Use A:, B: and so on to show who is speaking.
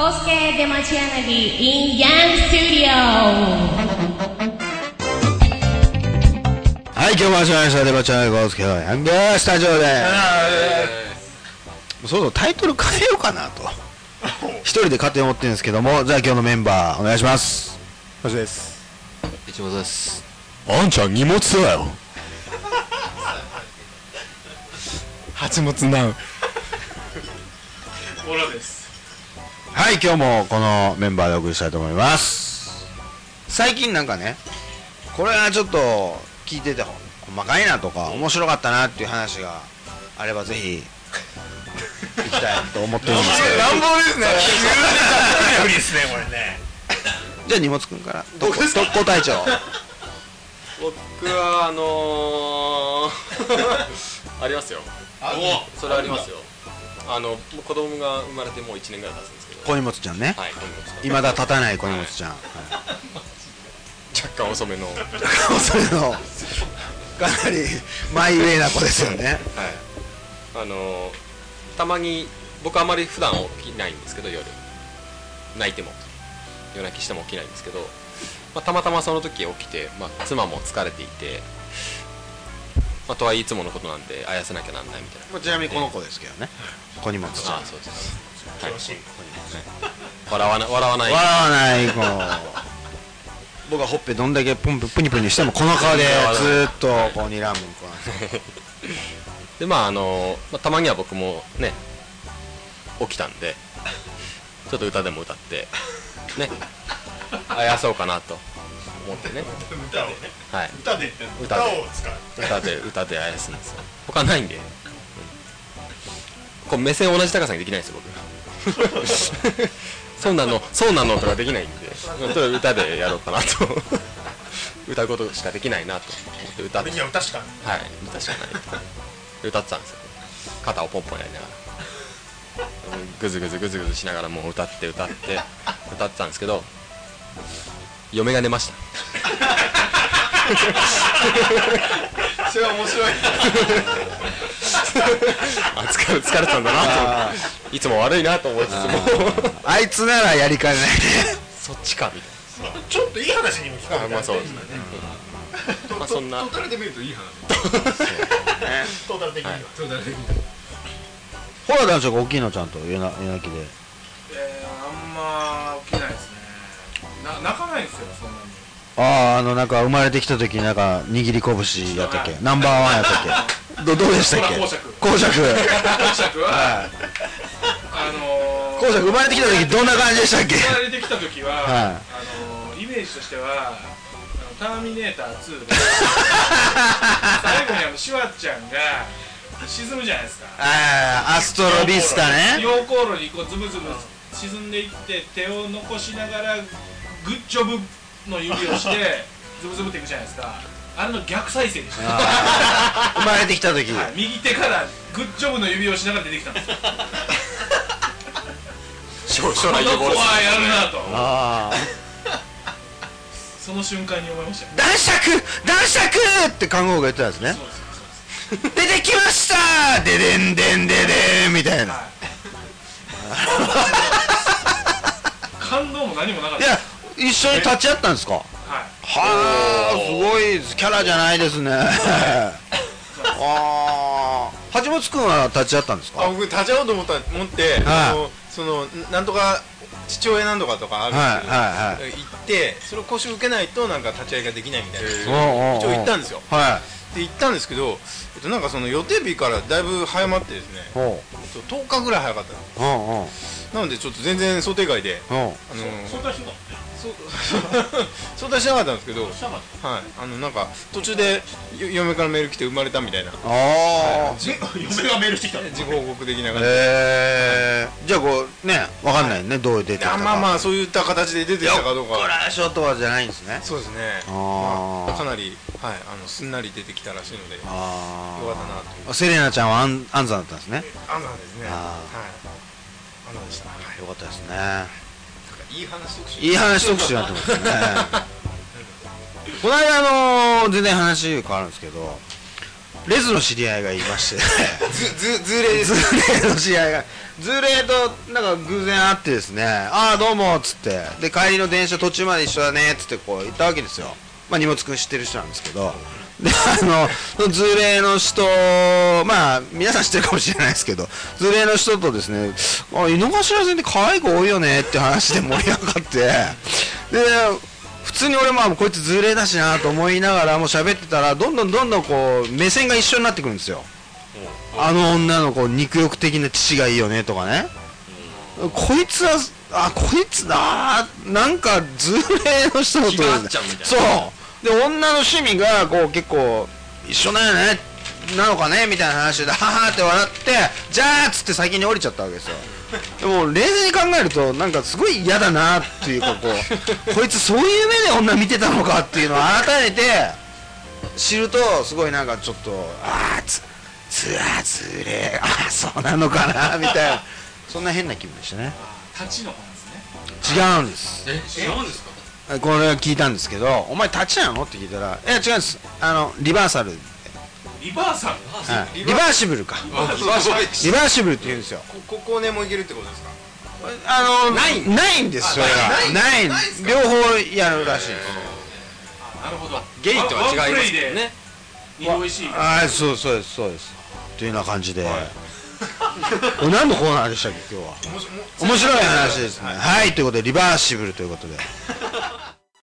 A: Kosuke Demachianagi in Yang Studio.
B: はい、今日も始まりました。デバチャンネル、ゴースケのヤングスタジオです。そうそう、タイトル変えようかなと。一人で勝手に思ってるんですけども、じゃあ今日のメンバー、お願いします。
C: マジです
D: 一本です。
C: あんちゃん荷物だよ八物ナウ
B: はい、今日もこのメンバーでお送りしたいと思います。最近なんかね、これはちょっと聞いてて細かいなとか、面白かったなっていう話があればぜ ひ、行きたいと思ってるんですけど。
C: 乱暴ですね
D: 無理ですね、これね。
B: じゃあ荷物くんから。特特攻隊長。
E: 僕はあのー、 ありますよ
D: お
E: それありますよあの子供が生まれてもう1年ぐらい経つんですけど
B: 小荷物ちゃんね。
E: はい今度
B: 未だ立たない小荷物ちゃん。
E: 若干遅めの
B: そういうのかなりマイウェイな子ですよね
E: あのー、たまに僕あまり普段起きないんですけど夜泣いても夜泣きしても起きないんですけど、まあ、たまたまその時起きて、まあ、妻も疲れていて、まあ、とはいえいつものことなんであやせなきゃなんないみたいな
B: ちなみにこの子ですけどね小荷物ちゃん
E: ああそうですはい笑わな笑わない
B: 笑わない子 僕はほっぺどんだけプンプンプニプニしてもこの顔でずーっとこう睨む子なんですよ
E: でまああのまあ、たまには僕もね起きたんでちょっと歌でも歌ってねあやそうかなと思ってね
D: 歌をね、
E: はい
D: 歌で、
E: 歌
D: 歌
E: で
D: を使う。
E: 歌で歌であやすんですよ他ないんで、うんこう目線同じ高さにできないんですよ僕 そうなのそうなのとかできないんでうんとりあえず歌でやろうかなと歌うことしかできないなと思って歌って
D: 俺には歌しかない。
E: はい、歌しかないで歌ってたんですよ肩をポンポンやりながらグズグズグズグズしながらもう歌って歌って歌ってたんですけど嫁が寝ました
C: それは面白い
E: あ疲れ疲れたんだなと思っていつも悪いなと思いつつも
B: あいつならやりかねないね
E: そっちかみ
D: ちょっといい話にも聞こ
E: たいな
D: え
E: あまあそうですね、まあそんな
C: トータルで見るといい話
D: トータル的には。
C: トータルで見る
B: ほら男女が大きいのちゃんと夜な夜泣きで
F: えー、あんま起きないですねな泣かないんですよそんなに
B: あああのなんか生まれてきた時なんか握り拳やったっけナンバーワンやったっけどどうでしたっけ
F: ほら公爵
B: 公爵
F: 公爵は
B: はい
F: あのー、
B: 公爵生まれてきた時どんな感じでしたっけ
F: 生まれてきた時は、
B: はい
F: あのー、イメージとしてはあのターミネーター2で最後にあのシュワちゃんが沈むじゃないですか
B: あーアストロビスタ ね
F: 溶鉱炉にこうズブズブ沈んでいって手を残しながらグッジョブの指をしてズブズブっていくじゃないですかあれの逆再生でした
B: あー生まれてきた時
F: はい右手からグッジョブの指をしながら出てきたんですよ。
E: 将将
F: こ
E: 来
F: の
E: 有
F: 子
E: 望です
F: はやるなと。
B: ああ
F: その瞬間に思いましたよ。
B: 男爵男爵って看護婦が言ってたんですね
F: そうですそうです
B: 出てきましたででんでんででんみたいな
F: はい。感動も何もなかっ
B: い
F: た。
B: や一緒に立ち会ったんですか
F: はい。
B: はあすごいですキャラじゃないですねあ あ橋本君は立ち会ったんです
C: あ
B: か
C: 僕立ち会おうと思った思って、
B: はい
C: あのそのんなんとか父親なんとかとかある
B: はい
C: んですけど、行ってそれを講習受けないとなんか立ち会いができないみたいな、
B: おうおうおう
C: 一応行ったんですよ
B: は
C: で行ったんですけど、えっと、なんかその予定日からだいぶ早まってですね、
B: いおう
C: えっと、10日ぐらい早かったんです
B: うんうん
C: なのでちょっと全然想定外で、
B: うん
C: あのー
F: そんな日も。
C: そう 相談しなかったんですけど、はい、あのなんか途中でよ嫁からメール来て生まれたみたいな
B: ああ
D: 嫁がメールしてきたの。
C: 自己報告的な感じで、
B: えー、じゃあこうねわかんないねどういう出てきた
C: あ
B: か
C: まあま
B: あ
C: あそういった形で出てきたかどうか
B: これはショートはじゃないんですね
C: そうですね
B: あー
C: まあ、かなり、はい、あのすんなり出てきたらしいのでよかっ
B: あ
C: た
B: あ
C: なという
B: セレナちゃんは安安産だったんですね。
C: アナですね
B: あ
C: はいアナでした、はい、
B: よかったですね。
C: いい話特集
B: いい話特集になってます ね。この間あのー全然話変わるんですけど、レズの知り合いがいま して
C: ずず ずれ
B: ズレの知り合いがズレとなんか偶然会ってですねああどうもっつってで帰りの電車途中まで一緒だねっつってこう行ったわけですよまあ荷物くん知ってる人なんですけどであのそのズレの人まあ皆さん知ってるかもしれないですけどズレの人とですねあ井の頭線って可愛い子多いよねって話で盛り上がってで普通に俺もあこいつズレだしなと思いながらもう喋ってたらどんどんどんどんこう目線が一緒になってくるんですよあの女の子肉欲的な父がいいよねとかね、こいつはあこいつだなんかズレの人の
E: 気が合っちゃうみたいな
B: そうで女の趣味がこう結構一緒なんやねなのかねみたいな話でははって笑ってじゃあっつって先に降りちゃったわけですよでも冷静に考えるとなんかすごい嫌だなっていうかこ うこいつそういう目で女見てたのかっていうのを改めて知るとすごいなんかちょっとああつつらつれあーそうなのかなみたいな そんな変な気分でしたね
F: 立ちの方なんですね
B: 違うんです
G: え違うんですか
B: これ聞いたんですけど「お前立ちなの?」って聞いたら「いや違うんですあのリバーサル、
F: リバーサル
B: はい、リバーシブルかリバーシブルって言うんですよ
C: こここねもいけるってことですか
B: あのないないんですそれがない両方やるらしいです
F: なるほど
E: ゲイとは違います
F: ワンプレイ
E: けど
F: で
E: ね
F: 二度美味しい
B: はいそうそうですそうですというような感じで、お何のコーナーでしたっけ今日は面白い話ですねはいということでリバーシブルということで